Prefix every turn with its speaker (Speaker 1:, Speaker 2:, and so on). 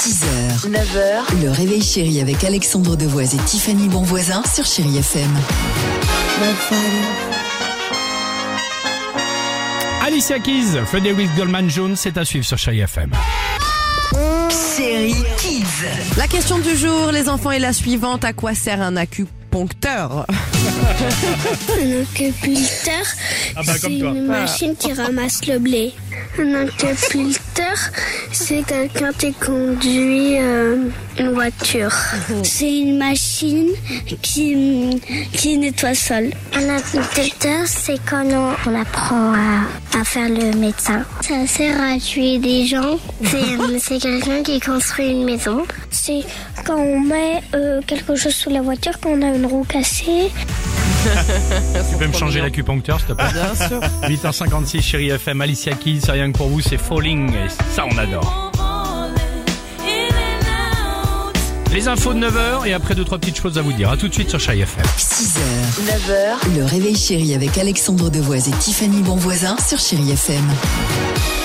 Speaker 1: 6h, 9h, le réveil chéri avec Alexandre Devoise et Tiffany Bonvoisin sur Chéri FM.
Speaker 2: Alicia Keys, Frederick Goldman Jones, c'est à suivre sur Chéri FM.
Speaker 1: Chéri Kids.
Speaker 3: La question du jour, les enfants, est la suivante. À quoi sert un acupuncteur
Speaker 4: Un incubateur, c'est une machine qui ramasse le blé. Un incubateur, c'est quelqu'un qui conduit euh, une voiture. C'est une machine qui, qui nettoie le sol. Un incubateur, c'est quand on, apprend à, faire le médecin. Ça sert à tuer des gens. C'est c'est quelqu'un qui construit une maison. C'est quand on met euh, quelque chose sous la voiture, quand on a une roue cassée.
Speaker 2: Tu peux me changer l'acupuncteur, s'il te plaît
Speaker 3: Bien sûr.
Speaker 2: 8h56, Chéri FM, Alicia Keys, c'est rien que pour vous, c'est Falling, et ça on adore. Les infos de 9h, et après deux trois petites choses à vous dire. À tout de suite sur Chéri FM.
Speaker 1: 6h, 9h, le réveil chéri avec Alexandre Devoise et Tiffany Bonvoisin sur Chéri FM.